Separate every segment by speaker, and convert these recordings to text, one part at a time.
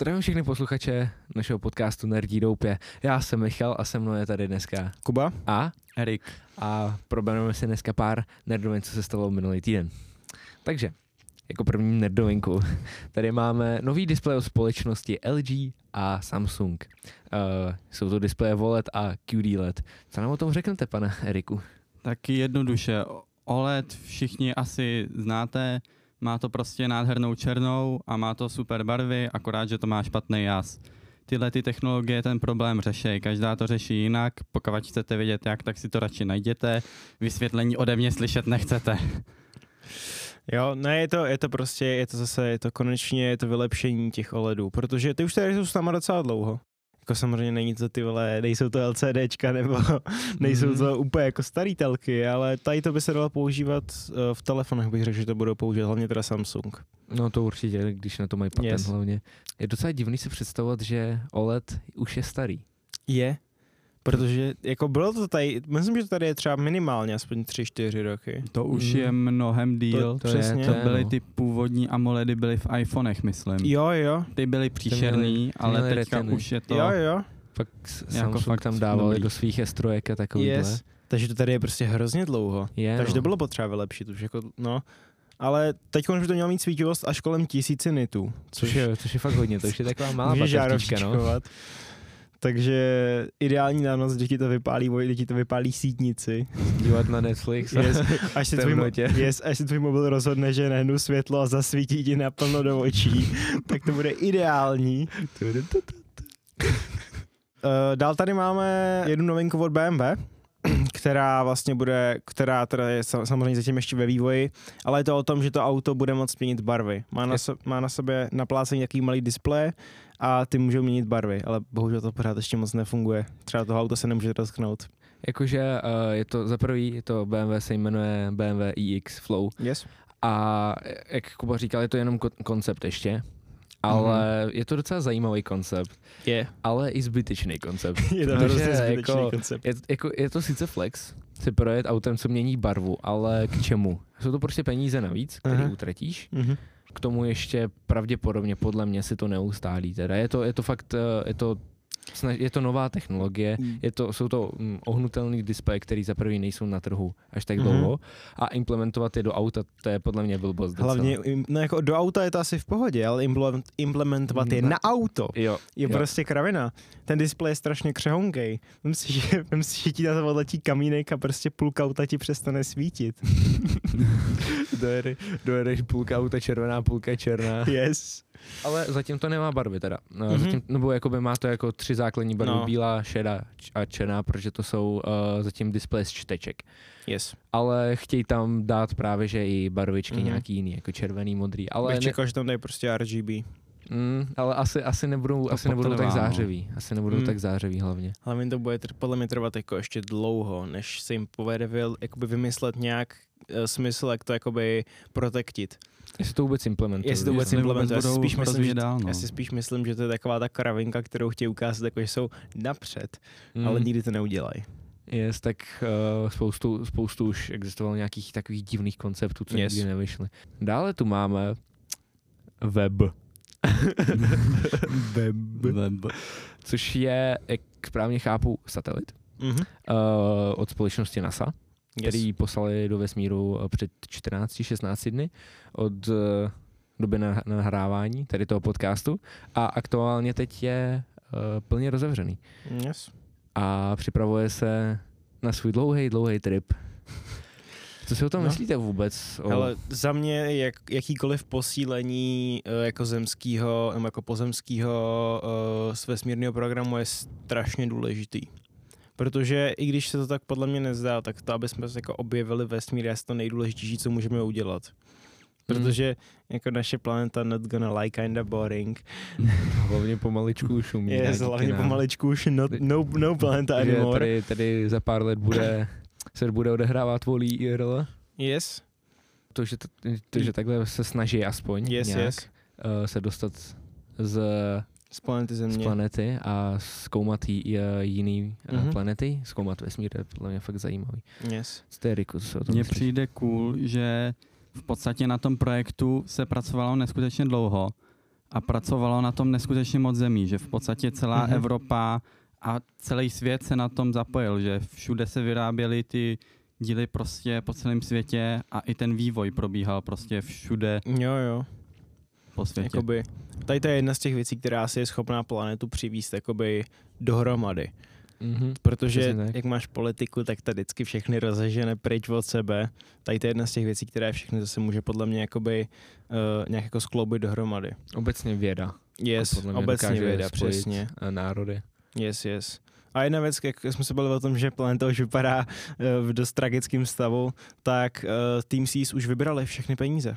Speaker 1: Zdravím všechny posluchače našeho podcastu Nerdí doupě. Já jsem Michal a se mnou je tady dneska
Speaker 2: Kuba?
Speaker 1: a
Speaker 2: Erik.
Speaker 1: a probereme si dneska pár nerdovin, co se stalo minulý týden. Takže, jako první nerdovinku, tady máme nový displej od společnosti LG a Samsung. Uh, jsou to displeje OLED a QD LED. E Co nám o tom řeknete, pane Eriku?
Speaker 2: Taky jednoduše. OLED E všichni asi znáte, má to prostě nádhernou černou a má to super barvy, akorát, že to má špatný jas. Tyhle ty technologie ten problém řeší, každá to řeší jinak, pokud chcete vědět jak, tak si to radši najděte, vysvětlení ode mě slyšet nechcete.
Speaker 3: Jo, ne, je to, je to prostě, je to zase, je to konečně, je to vylepšení těch OLEDů, protože ty už tady jsou s náma docela dlouho. Jako samozřejmě není to ty vole, nejsou to LCDčka nebo nejsou to úplně jako starý telky, ale tady to by se dalo používat eh, v telefonech, bych řekl, že to budou používat, hlavně teda Samsung.
Speaker 1: No to určitě, když na to mají patent yes.
Speaker 3: Yes.
Speaker 1: hlavně. Je docela divný si představovat, že OLED už je starý.
Speaker 3: Je. Protože jako bylo to tady, myslím, že to tady je třeba minimálně aspoň 3-4 roky.
Speaker 2: To už
Speaker 1: Mm.
Speaker 2: je mnohem díl.
Speaker 3: To přesně.
Speaker 2: Mhm. to
Speaker 1: je,
Speaker 2: byly
Speaker 1: no.
Speaker 2: ty původní AMOLEDy, byly v iPhonech, myslím.
Speaker 3: Jo, jo,
Speaker 2: Ty byly příšerný, ale
Speaker 1: měly
Speaker 2: teďka
Speaker 1: retiny.
Speaker 2: už je to...
Speaker 3: jo, jo.
Speaker 1: Pak s-
Speaker 2: Jako
Speaker 1: Samsung
Speaker 2: fakt
Speaker 1: tam dávali
Speaker 2: dobrý.
Speaker 1: do svých S3 a takovýhle.
Speaker 3: Yes. Takže to tady je prostě hrozně dlouho.
Speaker 1: Je,
Speaker 3: Takže
Speaker 1: no.
Speaker 3: to bylo potřeba vylepšit už jako, no. Ale teď už by to mělo mít svítivost až kolem tisíci nitů,
Speaker 1: Což
Speaker 3: což
Speaker 1: je, což je fakt hodně, to už je taková malá
Speaker 3: můžeš
Speaker 1: batertička, no.
Speaker 3: žárovčičkovat. Takže ideální na noc, děti to vypálí, moje děti to vypálí sítnici.
Speaker 1: no. Dívat na Netflix.
Speaker 3: Yes, až, si tvůj,
Speaker 1: temnotě.
Speaker 3: mo- yes, až si tvůj mobil rozhodne, že nehnu světlo a zasvítí ti naplno do očí, tak to bude ideální. Eh, Dál tady máme jednu novinku od BMW, která vlastně bude, která teda je sa- samozřejmě zatím ještě ve vývoji, ale je to o tom, že to auto bude moct měnit barvy. Má na,
Speaker 1: Je-
Speaker 3: so, má na sobě naplácený nějaký malý displej a ty můžou měnit barvy, ale bohužel to pořád ještě moc nefunguje. Třeba toho auto se nemůže dotknout.
Speaker 1: Jakože eh, je to za prvý, je to BMW se jmenuje BMW iX E Flow
Speaker 3: Yes.
Speaker 1: a jak Kuba říkal, je to jenom kon- koncept ještě, ale
Speaker 3: Mhm.
Speaker 1: je to docela zajímavý koncept,
Speaker 3: Je.
Speaker 1: ale i zbytečný koncept.
Speaker 3: Je to
Speaker 1: Protože
Speaker 3: hrozně zbytečný
Speaker 1: jako-
Speaker 3: koncept.
Speaker 1: Je, jako, je to sice flex, si projet autem, co mění barvu, ale k čemu? Jsou to prostě peníze navíc, které
Speaker 3: Aha.
Speaker 1: utratíš.
Speaker 3: Mhm.
Speaker 1: K tomu ještě pravděpodobně, podle mě, si to neustálí. Teda je to, je to fakt, eh, je to, snaž- je to nová technologie, je to, jsou to mm, ohnutelný displeje, které za prvý nejsou na trhu až tak
Speaker 3: Mhm.
Speaker 1: dlouho a implementovat je do auta, to je podle mě blbost docela.
Speaker 3: Hlavně, im- no jako do auta je to asi v pohodě, ale implement- implementovat je
Speaker 1: Na-
Speaker 3: na auto.
Speaker 1: Jo,
Speaker 3: je
Speaker 1: jo.
Speaker 3: prostě kravina. Ten displej je strašně křehonkej. Vem si, že, vem si, že ti na to odletí kamínek a prostě půlka auta ti přestane svítit.
Speaker 1: dojede, dojedeš půlka auta červená, půlka černá.
Speaker 3: Yes.
Speaker 1: Ale zatím to nemá barvy teda. No, mm-hmm.
Speaker 3: Mhm.
Speaker 1: zatím, nebo jakoby má to jako tři základní barvy, no.
Speaker 3: No.
Speaker 1: bílá, šedá č- a černá, protože to jsou uh, zatím displeje z čteček.
Speaker 3: Yes.
Speaker 1: Ale chtějí tam dát právě, že i barvičky mm-hmm.
Speaker 3: Mhm.
Speaker 1: nějaký jiný, jako červený, modrý. Ale,
Speaker 3: Ale Bych
Speaker 1: ne,
Speaker 3: čekal, že tam dají prostě RGB.
Speaker 1: mm, ale asi, asi nebudou,
Speaker 2: To
Speaker 1: asi nebudou tak
Speaker 2: potrvá, no.
Speaker 1: zářivý. Asi nebudou mm.
Speaker 3: Mm.
Speaker 1: tak zářivý hlavně.
Speaker 3: Ale mi to bude tr- podle mě trvat jako ještě dlouho, než se jim povede vy, jakoby vymyslet nějak eh, smysl, jak to jakoby protektit.
Speaker 1: Jestli to vůbec implementují.
Speaker 3: Jestli to vůbec
Speaker 2: jestli
Speaker 3: implementuje,
Speaker 2: vůbec
Speaker 3: já si
Speaker 2: budou
Speaker 3: spíš myslím, že,
Speaker 2: rozvíjet dál, no.
Speaker 3: já si spíš myslím, že to je taková ta kravinka, kterou chtějí ukázat, jako že jsou napřed,
Speaker 1: Mm.
Speaker 3: ale nikdy to neudělají.
Speaker 1: Yes, tak uh, spoustu, spoustu už existovalo nějakých takových divných konceptů, co yes.
Speaker 3: Yes.
Speaker 1: nikdy nevyšly. Dále tu máme web. web.
Speaker 2: Web.
Speaker 1: Což je, jak správně chápu, satelit
Speaker 3: Mhm.
Speaker 1: uh, od společnosti NASA, yes. který poslali do vesmíru eh, před 14-16 dny od uh, doby nah- nahrávání tady toho podcastu a aktuálně teď je uh, plně rozevřený
Speaker 3: Yes.
Speaker 1: a připravuje se na svůj dlouhý, dlouhý trip. Co si o tom no.
Speaker 3: No.
Speaker 1: myslíte vůbec? O...
Speaker 3: Ale za mě jak, jakýkoliv posílení eh, jako zemského, nebo jako pozemského eh, vesmírného programu je strašně důležitý. Protože i když se to tak podle mě nezdá, tak to, aby jsme se jako objevili vesmír, je asi to nejdůležitější, co můžeme udělat. Protože
Speaker 1: Hmm.
Speaker 3: jako naše planeta not gonna like kinda boring.
Speaker 1: hlavně pomaličku už umí.
Speaker 3: Je hlavně pomaličku už not, no, no planeta
Speaker 1: Že
Speaker 3: anymore.
Speaker 1: tady, tady za pár let bude, se bude odehrávat volí IRL.
Speaker 3: Yes,
Speaker 1: To že, to, to, že takhle se snaží aspoň
Speaker 3: yes,
Speaker 1: nějak
Speaker 3: yes.
Speaker 1: eh, se dostat z,
Speaker 3: Z planety
Speaker 1: z
Speaker 3: Země.
Speaker 1: planety a zkoumat jí, eh, jiný mm-hmm.
Speaker 3: Mhm.
Speaker 1: planety. Zkoumat vesmír je podle mě fakt zajímavý.
Speaker 3: Yes.
Speaker 1: Co to je, Riku, co se o tom
Speaker 2: Mně
Speaker 1: myslíš?
Speaker 2: přijde cool, že v podstatě na tom projektu se pracovalo neskutečně dlouho a pracovalo na tom neskutečně moc zemí, že v podstatě celá
Speaker 1: Mhm.
Speaker 2: mm-hmm. Evropa a celý svět se na tom zapojil, že všude se vyráběly ty díly prostě po celém světě a i ten vývoj probíhal prostě všude
Speaker 3: Jo, jo.
Speaker 2: po světě.
Speaker 3: Jakoby, tady to je jedna z těch věcí, která si je schopná planetu přivíst jakoby dohromady.
Speaker 1: Mm-hmm.
Speaker 3: Protože
Speaker 1: Přesně tak.
Speaker 3: jak máš politiku, tak ta vždycky všechny rozežene pryč od sebe. Tady to je jedna z těch věcí, která všechny zase může podle mě jakoby, uh, nějak jako skloubit dohromady.
Speaker 1: Obecně věda.
Speaker 3: Yes,
Speaker 1: podle mě
Speaker 3: obecně
Speaker 1: dokáže
Speaker 3: věda,
Speaker 1: spojit,
Speaker 3: přesně.
Speaker 1: eh, Národy.
Speaker 3: Yes, yes. A jedna věc, jak jsme se bavili o tom, že planeta už vypadá eh, v dost tragickém stavu, tak eh, Team Seas už vybrali všechny peníze.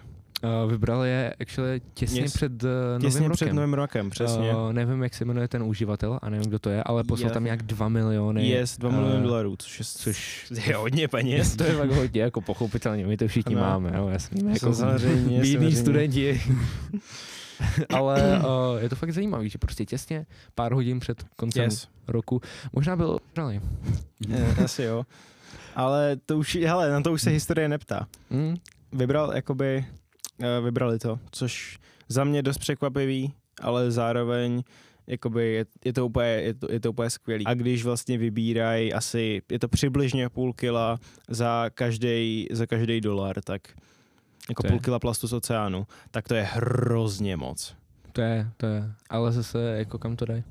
Speaker 1: Uh, vybral je actually těsně
Speaker 3: Yes.
Speaker 1: před uh, novým
Speaker 3: Těsně
Speaker 1: rokem.
Speaker 3: před novým rokem, přesně.
Speaker 1: Eh, nevím, jak se jmenuje ten uživatel a nevím, kdo to je, ale poslal
Speaker 3: Já
Speaker 1: tam
Speaker 3: taky.
Speaker 1: nějak 2 miliony.
Speaker 3: yes, 2 miliony
Speaker 1: eh,
Speaker 3: dolarů, což je,
Speaker 1: což-
Speaker 3: je hodně peněz.
Speaker 1: To je fakt hodně, jako pochopitelně, my to všichni
Speaker 3: Ano.
Speaker 1: máme, jo, jasný,
Speaker 3: No. Jako
Speaker 1: jako
Speaker 3: samozřejmě,
Speaker 1: bídní
Speaker 3: samozřejmě.
Speaker 1: studenti. ale uh, je to fakt zajímavý, že prostě těsně pár hodin před koncem
Speaker 3: Yes.
Speaker 1: roku, možná byl, brali.
Speaker 3: Eh, Asi jo. Ale to už, hele, na to už se
Speaker 1: Hmm.
Speaker 3: historie neptá.
Speaker 1: Mm,
Speaker 3: Vybral, jakoby, eh, vybrali to, což za mě dost překvapivý, ale zároveň jakoby je, je, to úplně, je, to, je to úplně skvělý. A když vlastně vybírají asi, je to přibližně půl kila za každý za každý dolar, tak jako
Speaker 1: To je-
Speaker 3: půl kila plastu z oceánu, tak to je hrozně moc.
Speaker 1: to je, to je, ale zase jako kam to dají.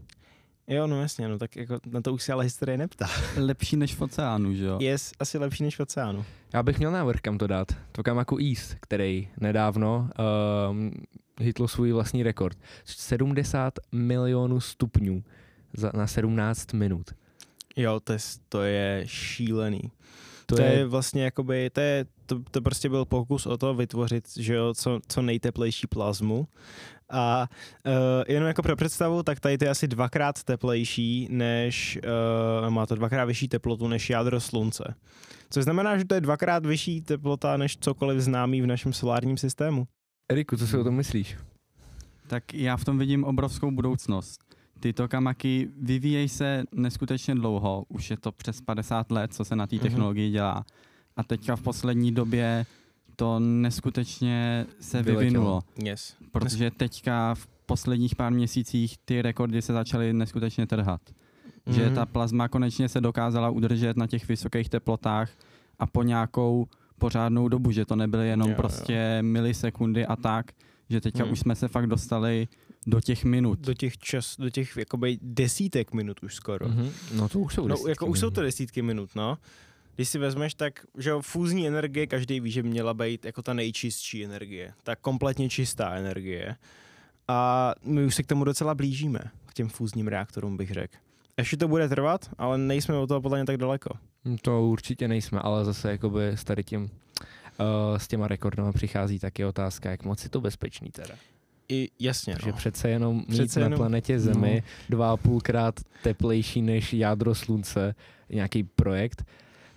Speaker 3: Jo, no jasně, no tak jako na to už se ale historie neptá.
Speaker 2: Lepší než v oceánu, že jo?
Speaker 3: Je asi lepší než v oceánu.
Speaker 1: Já bych měl návrh, kam to dát. To Kamaku East, který nedávno um, hitl svůj vlastní rekord. 70 milionů stupňů za, na 17 minut.
Speaker 3: Jo, to je, to je šílený.
Speaker 1: To,
Speaker 3: To, to je, je vlastně jakoby, to, je, to, to prostě byl pokus o to vytvořit, že jo, co, co nejteplejší plazmu. A uh, jenom jako pro představu, tak tady to je asi dvakrát teplejší, než, uh, má to dvakrát vyšší teplotu než jádro slunce. Což znamená, že to je dvakrát vyšší teplota než cokoliv známý v našem solárním systému.
Speaker 1: Eriku, co si o tom myslíš?
Speaker 2: Tak já v tom vidím obrovskou budoucnost. Tyto kamaky vyvíjejí se neskutečně dlouho, už je to přes 50 let, co se na té
Speaker 3: Mhm.
Speaker 2: technologii dělá. A teďka v poslední době to neskutečně se
Speaker 1: Vyletělo.
Speaker 2: vyvinulo,
Speaker 3: Yes.
Speaker 2: protože teďka v posledních pár měsících ty rekordy se začaly neskutečně trhat.
Speaker 3: Mhm.
Speaker 2: Mm-hmm. Že ta plazma konečně se dokázala udržet na těch vysokých teplotách a po nějakou pořádnou dobu, že to nebyly jenom
Speaker 3: Jo, jo.
Speaker 2: jo, prostě jo. milisekundy a tak, že teďka
Speaker 3: Mm.
Speaker 2: mm. už jsme se fakt dostali do těch minut.
Speaker 3: do těch čas, do těch jakoby desítek minut už
Speaker 2: Mhm.
Speaker 3: skoro.
Speaker 1: Mm-hmm. No to už jsou
Speaker 3: No,
Speaker 1: desítky
Speaker 3: jako už jsou
Speaker 1: minut.
Speaker 3: to desítky minut, no. Když si vezmeš, tak že jo, fúzní energie každý ví, že měla být jako ta nejčistší energie, ta kompletně čistá energie. A my už se k tomu docela blížíme, k těm fúzním reaktorům bych řekl. Ještě to bude trvat, ale nejsme od toho podle mě tak daleko.
Speaker 1: Mm, To určitě nejsme, ale zase jakoby s tady tím, uh, s těma rekordama přichází taky otázka, jak moc je to bezpečný teda.
Speaker 3: I jasně,
Speaker 1: Protože
Speaker 3: no.
Speaker 1: přece jenom mít
Speaker 3: Přece
Speaker 1: přece na
Speaker 3: jenom- no.
Speaker 1: planetě Zemi dva a půlkrát teplejší než jádro slunce nějaký projekt,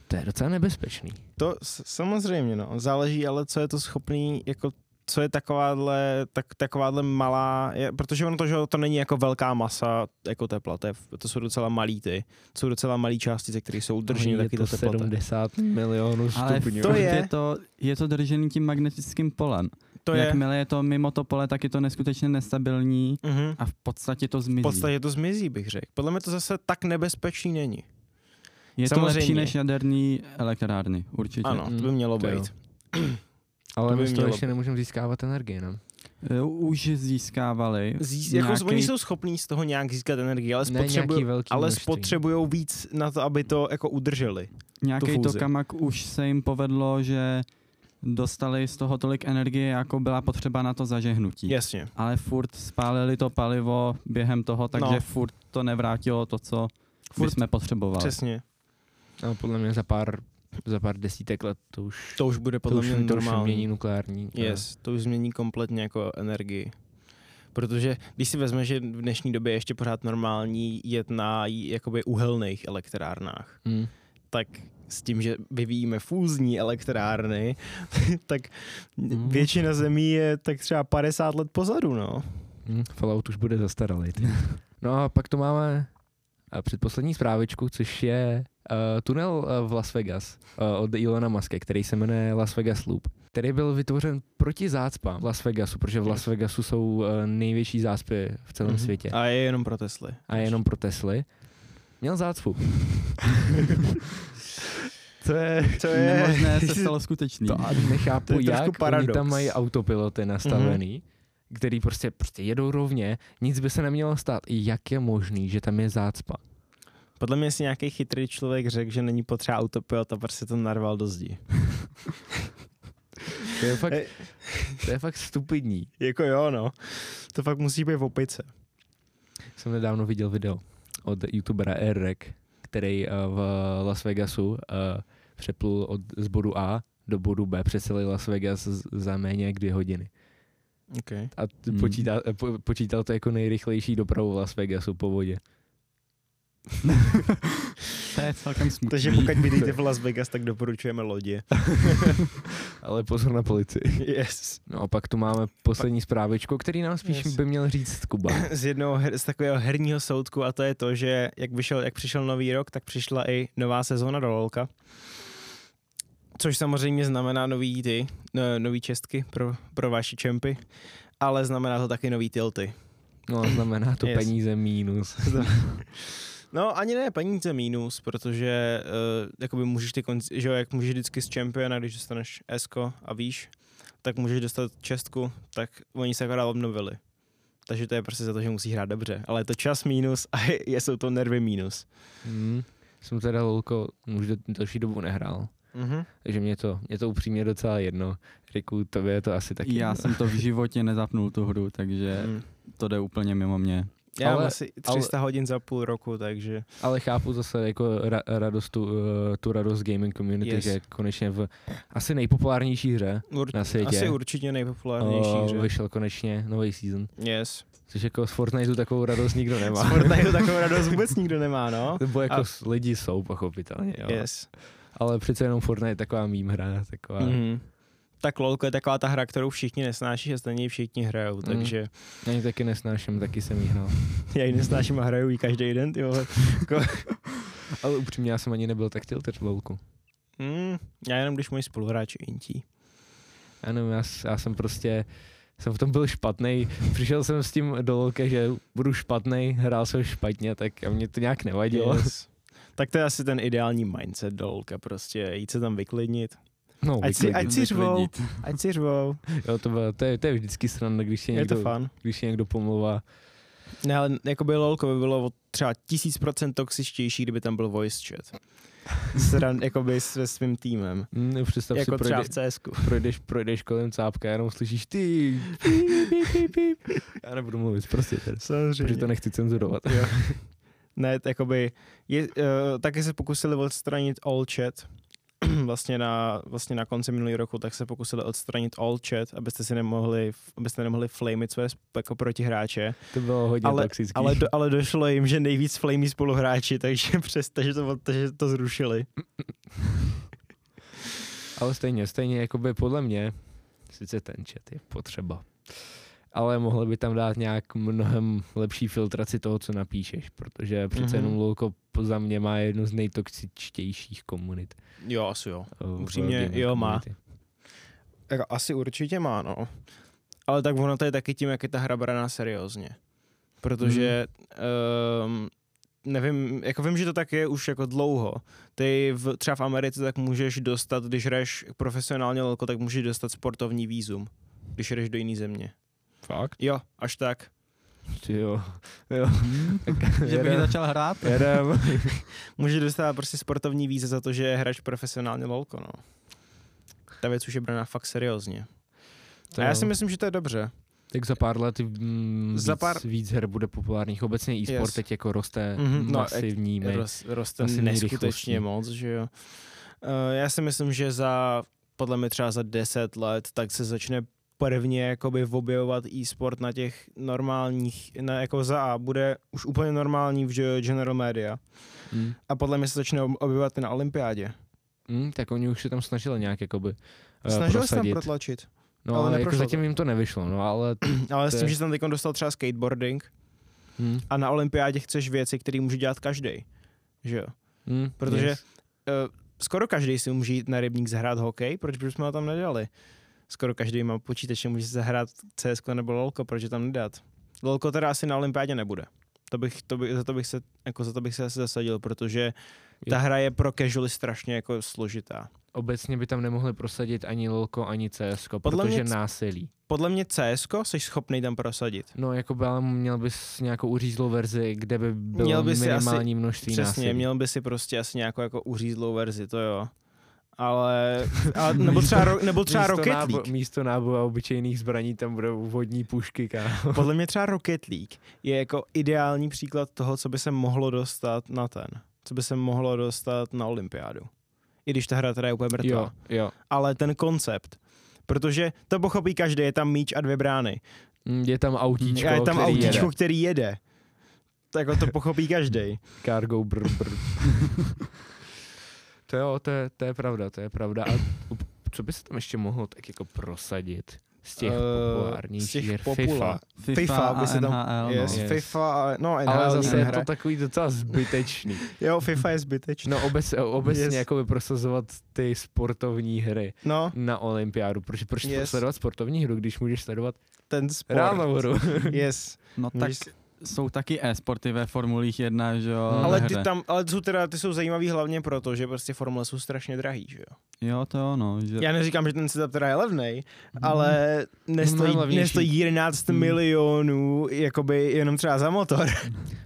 Speaker 1: to je docela nebezpečný.
Speaker 3: To s- samozřejmě, no. Záleží ale, co je to schopný, jako co je takováhle, tak, takováhle malá, je, protože ono to, že jo, to není jako velká masa, jako tepla, to, je, to jsou docela malý ty, to jsou docela malý částice, které jsou udržené
Speaker 1: Ale je
Speaker 3: taky do
Speaker 1: to
Speaker 3: teploty.
Speaker 1: 70 milionů
Speaker 2: Ale
Speaker 1: stupňů.
Speaker 2: to
Speaker 3: To
Speaker 2: je...
Speaker 3: je-
Speaker 2: Je, to, je to držený tím magnetickým polem.
Speaker 3: To je,
Speaker 2: Jakmile je to mimo to pole, tak je to neskutečně nestabilní
Speaker 3: mhm.
Speaker 2: a v podstatě to zmizí.
Speaker 3: v podstatě to zmizí, bych řekl. Podle mě to zase tak nebezpečný není.
Speaker 2: je to
Speaker 3: samozřejmě.
Speaker 2: lepší než jaderný elektrárny, určitě.
Speaker 3: Ano, to by
Speaker 1: Mm,
Speaker 3: mělo
Speaker 1: to jo.
Speaker 3: být.
Speaker 1: Ale
Speaker 3: to by
Speaker 1: my z toho
Speaker 3: mělo
Speaker 1: ještě nemůžeme získávat energii, ne?
Speaker 2: E, Už získávali.
Speaker 3: Zís, jako
Speaker 2: Nějaký-
Speaker 3: Oni jsou schopní z toho nějak získat energii, ale
Speaker 1: ne nějaký
Speaker 3: spotřebují
Speaker 1: velký
Speaker 3: ale
Speaker 1: množství.
Speaker 3: spotřebujou víc na to, aby to jako udrželi.
Speaker 2: Nějaký to
Speaker 3: fúzi.
Speaker 2: kamak už se jim povedlo, že dostali z toho tolik energie, jako byla potřeba na to zažehnutí.
Speaker 3: Jasně.
Speaker 2: Ale furt spálili to palivo během toho, takže
Speaker 3: No.
Speaker 2: furt to nevrátilo to, co furt,
Speaker 3: Furt-
Speaker 2: jsme potřebovali.
Speaker 3: Přesně.
Speaker 1: A No, podle mě za pár, za pár desítek let to už
Speaker 3: To už bude
Speaker 1: to
Speaker 3: podle
Speaker 1: už,
Speaker 3: mě
Speaker 1: to už
Speaker 3: normální.
Speaker 1: mění nukleární. eh,
Speaker 3: Yes, to už změní kompletně jako energii. Protože když si vezme, že v dnešní době je ještě pořád normální jet na j- jakoby uhelných elektrárnách,
Speaker 1: Mm.
Speaker 3: tak s tím, že vyvíjíme fúzní elektrárny, tak
Speaker 1: Mhm.
Speaker 3: většina zemí je tak třeba 50 let pozadu, no.
Speaker 1: Mm, Fallout už bude zastaralý. ty. No a pak to máme eh, předposlední zprávičku, což je eh, tunel eh, v Las Vegas eh, od Ilona Maske, který se jmenuje Las Vegas Loop, který byl vytvořen proti zácpám Las Vegasu, protože v Las Vegasu jsou eh, největší zácpy v celém
Speaker 3: Mhm.
Speaker 1: světě
Speaker 3: A je jenom pro Tesly.
Speaker 1: a jenom pro Tesly. Měl zácpu. to je...
Speaker 3: To
Speaker 2: Nemožné se stalo skutečný.
Speaker 1: To a nechápu,
Speaker 3: To je trošku
Speaker 1: jak oni
Speaker 3: paradox. Mhm.
Speaker 1: tam mají autopiloty nastavený, mm-hmm. který prostě, prostě jedou rovně, nic by se nemělo stát. Jak je možný, že tam je zácpa?
Speaker 3: Podle mě si nějaký chytrý člověk řekl, že není potřeba autopilot a prostě to narval do zdi.
Speaker 1: To je fakt,
Speaker 3: Ej.
Speaker 1: to je fakt stupidní.
Speaker 3: Jako jo, no. To fakt musí být v opice.
Speaker 1: Jsem nedávno viděl video od youtubera Erek, který eh, v Las Vegasu eh, přeplul od, z bodu A do bodu B přes celý Las Vegas z- za méně jak dvě hodiny.
Speaker 3: Okay.
Speaker 1: A t-
Speaker 2: Hmm.
Speaker 1: počítá, eh, po, počítal to jako nejrychlejší dopravu v Las Vegasu po vodě.
Speaker 2: to je celkem smutný.
Speaker 3: Takže pokud bydlíte v Las Vegas, tak doporučujeme lodě.
Speaker 1: Ale pozor na policii.
Speaker 3: Yes.
Speaker 1: No a pak tu máme poslední zprávičku, který nám spíš
Speaker 3: Yes.
Speaker 1: by měl říct Kuba.
Speaker 3: Z jednoho her, z takového herního soudku a to je to, že jak, vyšel, jak přišel nový rok, tak přišla i nová sezóna do LOLka. Což samozřejmě znamená nový ty, eh, nový čestky pro, pro vaši čempy, ale znamená to taky nový tilty.
Speaker 1: No a znamená to
Speaker 3: Yes.
Speaker 1: peníze mínus.
Speaker 3: No ani ne peníze mínus, protože uh, jakoby můžeš ty konci, že jo, jak můžeš vždycky z Championa, když dostaneš Esko a víš, tak můžeš dostat čestku, tak oni se akorát obnovili. Takže to je prostě za to, že musí hrát dobře. Ale je to čas mínus a je, je- jsou to nervy mínus.
Speaker 1: Hmm. Jsem teda lolko už do, další dobu nehrál,
Speaker 3: Mm-hmm.
Speaker 1: takže mě to, mě to upřímně docela jedno. Riku, tobě je to asi taky
Speaker 2: Já
Speaker 1: jedno.
Speaker 2: jsem to v životě nezapnul tu hru, takže
Speaker 3: Hmm.
Speaker 2: to jde úplně mimo mě.
Speaker 3: Eh, Já
Speaker 1: Mhm. Ale-
Speaker 3: ale, mám asi 300 ale... hodin za půl roku, takže
Speaker 1: Ale chápu zase jako ra- radost tu, eh, tu radost gaming community,
Speaker 3: Yes.
Speaker 1: yes. že konečně v asi nejpopulárnější hře
Speaker 3: urč-
Speaker 1: na světě
Speaker 3: asi určitě nejpopulárnější
Speaker 1: eh,
Speaker 3: hře.
Speaker 1: vyšel konečně nový season.
Speaker 3: Yes.
Speaker 1: Což jako z Fortniteu takovou radost nikdo
Speaker 3: Z
Speaker 1: nemá.
Speaker 3: Fortniteu takovou radost vůbec nikdo nemá, no.
Speaker 1: Nebo jako
Speaker 3: A-
Speaker 1: s- lidi jsou pochopitelně, jo.
Speaker 3: Yes.
Speaker 1: Ale přece jenom Fortnite je taková mým hra, taková... Mm.
Speaker 3: Mm-hmm. Tak LOLko je taková ta hra, kterou všichni nesnáší a stejně ji všichni hrajou, mm.
Speaker 1: Mhm.
Speaker 3: takže
Speaker 1: Já ji taky nesnáším, taky jsem ji hrál.
Speaker 3: já ji nesnáším a hraju ji každý den, ty vole.
Speaker 1: Ale upřímně, já jsem ani nebyl tak tilted v lolku.
Speaker 3: Mm, já jenom když můj spoluhráč intí.
Speaker 1: Ano, já, s- já jsem prostě jsem v tom byl špatný. Přišel jsem s tím do lolka, že budu špatný, hrál jsem špatně, tak a mě to nějak nevadilo.
Speaker 3: Yes. Tak to je asi ten ideální mindset do LOLka, prostě jít se tam vyklidnit.
Speaker 1: No,
Speaker 3: Ať si, ať si řvou,
Speaker 2: Vyklidit.
Speaker 3: ať si řvou,
Speaker 1: jo, to, bylo, to, je, to je vždycky sranda, když je,
Speaker 3: je to
Speaker 1: někdo,
Speaker 3: fun.
Speaker 1: když je někdo pomluvá.
Speaker 3: Ne, ale jako by LOLko by bylo o třeba tisíc procent toxičtější, kdyby tam byl voice chat. Sran, jakoby se svým týmem.
Speaker 1: Mm, představ
Speaker 3: jako
Speaker 1: si,
Speaker 3: třeba
Speaker 1: projde,
Speaker 3: v CSku.
Speaker 1: projdeš, projdeš kolem cápka, jenom slyšíš ty, píp, píp, píp, píp. Já nebudu mluvit, prostě tady. Protože
Speaker 3: Samozřejmě.
Speaker 1: to nechci cenzurovat.
Speaker 3: Jo. ne, t- jakoby, je, uh, taky se pokusili odstranit all chat, vlastně na, vlastně na konci minulého roku, tak se pokusili odstranit all chat, abyste si nemohli, abyste nemohli flamit své sp- jako protihráče,
Speaker 1: To bylo hodně
Speaker 3: ale,
Speaker 1: toxický.
Speaker 3: ale, do, ale došlo jim, že nejvíc flamí spoluhráči, takže přes takže to, od- takže to zrušili.
Speaker 1: Ale stejně, stejně, jakoby podle mě, sice ten chat je potřeba, ale mohli by tam dát nějak mnohem lepší filtraci toho, co napíšeš, protože přece
Speaker 3: Mhm.
Speaker 1: mm-hmm. jenom Lulko po- za mě má jednu z nejtoxičtějších komunit.
Speaker 3: Jo, asi jo.
Speaker 1: eh, v
Speaker 3: Upřímně,
Speaker 1: gaming
Speaker 3: jo, má.
Speaker 1: community.
Speaker 3: Jako, asi určitě má, no. Ale tak ono to je taky tím, jak je ta hra braná seriózně. Protože
Speaker 1: Hmm.
Speaker 3: um, nevím, jako vím, že to tak je už jako dlouho. Ty v, třeba v Americe tak můžeš dostat, když hraješ profesionálně lolko, tak můžeš dostat sportovní vízum, když jdeš do jiné země.
Speaker 1: Fakt?
Speaker 3: Jo, až tak.
Speaker 1: Ty Jo, jo.
Speaker 2: Že bych ji začal hrát?
Speaker 1: Jedem.
Speaker 3: Můžeš dostat prostě sportovní víze za to, že hraješ profesionálně lolko, no. Ta věc už je braná fakt seriózně.
Speaker 1: To
Speaker 3: A já
Speaker 1: jo.
Speaker 3: si myslím, že to je dobře.
Speaker 1: Tak za pár let mm,
Speaker 3: Za
Speaker 1: víc,
Speaker 3: pár-
Speaker 1: víc her bude populárních. Obecně e-sport
Speaker 3: Yes.
Speaker 1: teď jako roste
Speaker 3: Mhm,
Speaker 1: mm-hmm.
Speaker 3: no,
Speaker 1: masivní. No,
Speaker 3: Roz, roste
Speaker 1: Asi
Speaker 3: neskutečně
Speaker 1: nejrychlostní.
Speaker 3: moc, že jo. Eh, Já si myslím, že za, podle mě třeba za 10 let, tak se začne prvně jakoby objevovat e-sport na těch normálních, na, jako za A, bude už úplně normální v ge- general media.
Speaker 1: mm.
Speaker 3: A podle mě se začne ob- objevovat i na olympiádě.
Speaker 1: Mm, tak oni už se tam snažili nějak jakoby eh,
Speaker 3: Snažil se tam
Speaker 1: prosadit.
Speaker 3: protlačit,
Speaker 1: No,
Speaker 3: Ale
Speaker 1: ale, jako
Speaker 3: neprošlo
Speaker 1: zatím jim to nevyšlo, no ale
Speaker 3: ale
Speaker 1: To
Speaker 3: s
Speaker 1: je-
Speaker 3: tím, že jsem teď dostal třeba skateboarding,
Speaker 1: Hmm.
Speaker 3: A na olympiádě chceš věci, které může dělat každý. Že jo?
Speaker 1: Hmm.
Speaker 3: Protože
Speaker 1: Yes.
Speaker 3: uh, skoro každý si může jít na rybník zahrát hokej, proč bychom ho tam nedali? Skoro každý má počítač, a může si zahrát CS nebo LOLko, proč je tam nedat? LOLko teda asi na olympiádě nebude. To bych, to by, za, to bych se, jako za to bych se asi zasadil, protože ta
Speaker 1: Jo.
Speaker 3: hra je pro casualy strašně jako složitá.
Speaker 1: Obecně by tam nemohli prosadit ani lolko, ani CS,
Speaker 3: Podle mě
Speaker 1: protože
Speaker 3: c-
Speaker 1: násilí.
Speaker 3: Podle mě CS jsi schopný tam prosadit.
Speaker 1: No, jako by, ale měl bys nějakou uřízlou verzi, kde by bylo měl
Speaker 3: Měl by
Speaker 1: by
Speaker 3: si asi-
Speaker 1: minimální asi, množství
Speaker 3: Přesně,
Speaker 1: násilí.
Speaker 3: měl by si prostě asi nějakou jako uřízlou verzi, to jo. Ale, ale nebo třeba, ro, nebo třeba
Speaker 1: místo,
Speaker 3: Rocket League.
Speaker 1: nábo- místo náboje a obyčejných zbraní tam budou vodní pušky, kámo.
Speaker 3: Podle mě třeba Rocket League je jako ideální příklad toho, co by se mohlo dostat na ten, co by se mohlo dostat na olympiádu. I když ta hra teda je úplně mrtvá.
Speaker 1: Jo, jo.
Speaker 3: Ale ten koncept, protože to pochopí každý, je tam míč a dvě brány.
Speaker 1: Mm, Je tam autíčko,
Speaker 3: a je tam
Speaker 1: který
Speaker 3: autíčko,
Speaker 1: jede.
Speaker 3: který jede. Tak jako to pochopí každý.
Speaker 1: Cargo brr, brr. to jo, to je, to je pravda, to je pravda. A up- co by se tam ještě mohlo tak jako prosadit z těch
Speaker 3: Eh,
Speaker 1: populárnějších
Speaker 3: z těch
Speaker 1: her?
Speaker 3: popula-
Speaker 1: FIFA.
Speaker 2: FIFA,
Speaker 3: FIFA by
Speaker 2: a
Speaker 3: se tam-
Speaker 2: NHL,
Speaker 3: Yes,
Speaker 2: no.
Speaker 1: Yes.
Speaker 3: FIFA, a- no NHL,
Speaker 1: Ale zase je
Speaker 3: hra.
Speaker 1: to takový docela zbytečný.
Speaker 3: Jo, FIFA je zbytečný.
Speaker 1: No obec, obecně
Speaker 3: Yes.
Speaker 1: yes. jako by prosazovat ty sportovní hry
Speaker 3: No,
Speaker 1: na olympiádu. Proč, proč
Speaker 3: Yes.
Speaker 1: yes. sledovat sportovní hru, když můžeš sledovat
Speaker 3: ten sport.
Speaker 1: reálnou hru?
Speaker 3: Yes.
Speaker 2: no tak
Speaker 3: Můžeš si-
Speaker 2: jsou taky e-sporty ve Formulích 1, že jo?
Speaker 1: Hmm.
Speaker 3: Ale
Speaker 2: ve
Speaker 3: ty,
Speaker 2: hře.
Speaker 3: tam, ale jsou teda, ty jsou zajímavý hlavně proto, že prostě formule jsou strašně drahý, že jo?
Speaker 2: Jo, to jo, no. Že...
Speaker 3: Já neříkám, že ten setup teda je levnej, ale nestojí,
Speaker 1: Mnohem levnější.
Speaker 3: nestojí 11
Speaker 2: Mm.
Speaker 3: milionů, jakoby jenom třeba za motor.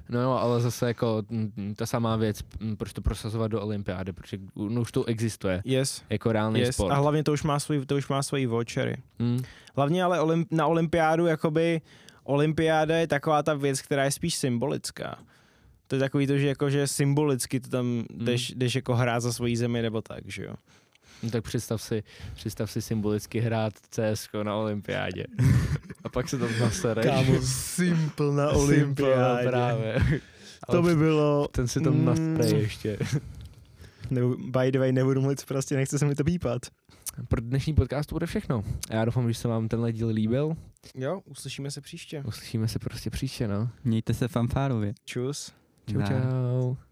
Speaker 1: No jo, ale zase jako mm, ta samá věc, mm, proč to prosazovat do olympiády, protože no, už to existuje
Speaker 3: Yes.
Speaker 1: jako reálný
Speaker 3: Yes.
Speaker 1: sport.
Speaker 3: A hlavně to už má svůj, to už má svoji vouchery.
Speaker 1: Hmm.
Speaker 3: Hlavně ale olymp, na olympiádu jakoby olympiáda je taková ta věc, která je spíš symbolická. To je takový to, že, jako, že symbolicky to tam jdeš, jdeš jako hrát za svoji zemi nebo tak, že jo.
Speaker 1: No tak představ si, představ si symbolicky hrát CS na olympiádě. A pak se tam nasereš.
Speaker 3: simple na
Speaker 1: Simple, Právě.
Speaker 3: To by bylo...
Speaker 1: Ten si tam
Speaker 3: Mm.
Speaker 1: mm. ještě.
Speaker 3: Nebo, by the way, nebudu mluvit prostě, nechce se mi to pípat.
Speaker 1: Pro dnešní podcast bude všechno. A já doufám, že se vám tenhle díl líbil.
Speaker 3: Jo, uslyšíme se příště.
Speaker 1: Uslyšíme se prostě příště, no.
Speaker 2: Mějte se fanfárově.
Speaker 3: Čus.
Speaker 1: Čau,
Speaker 2: Ne.
Speaker 1: čau.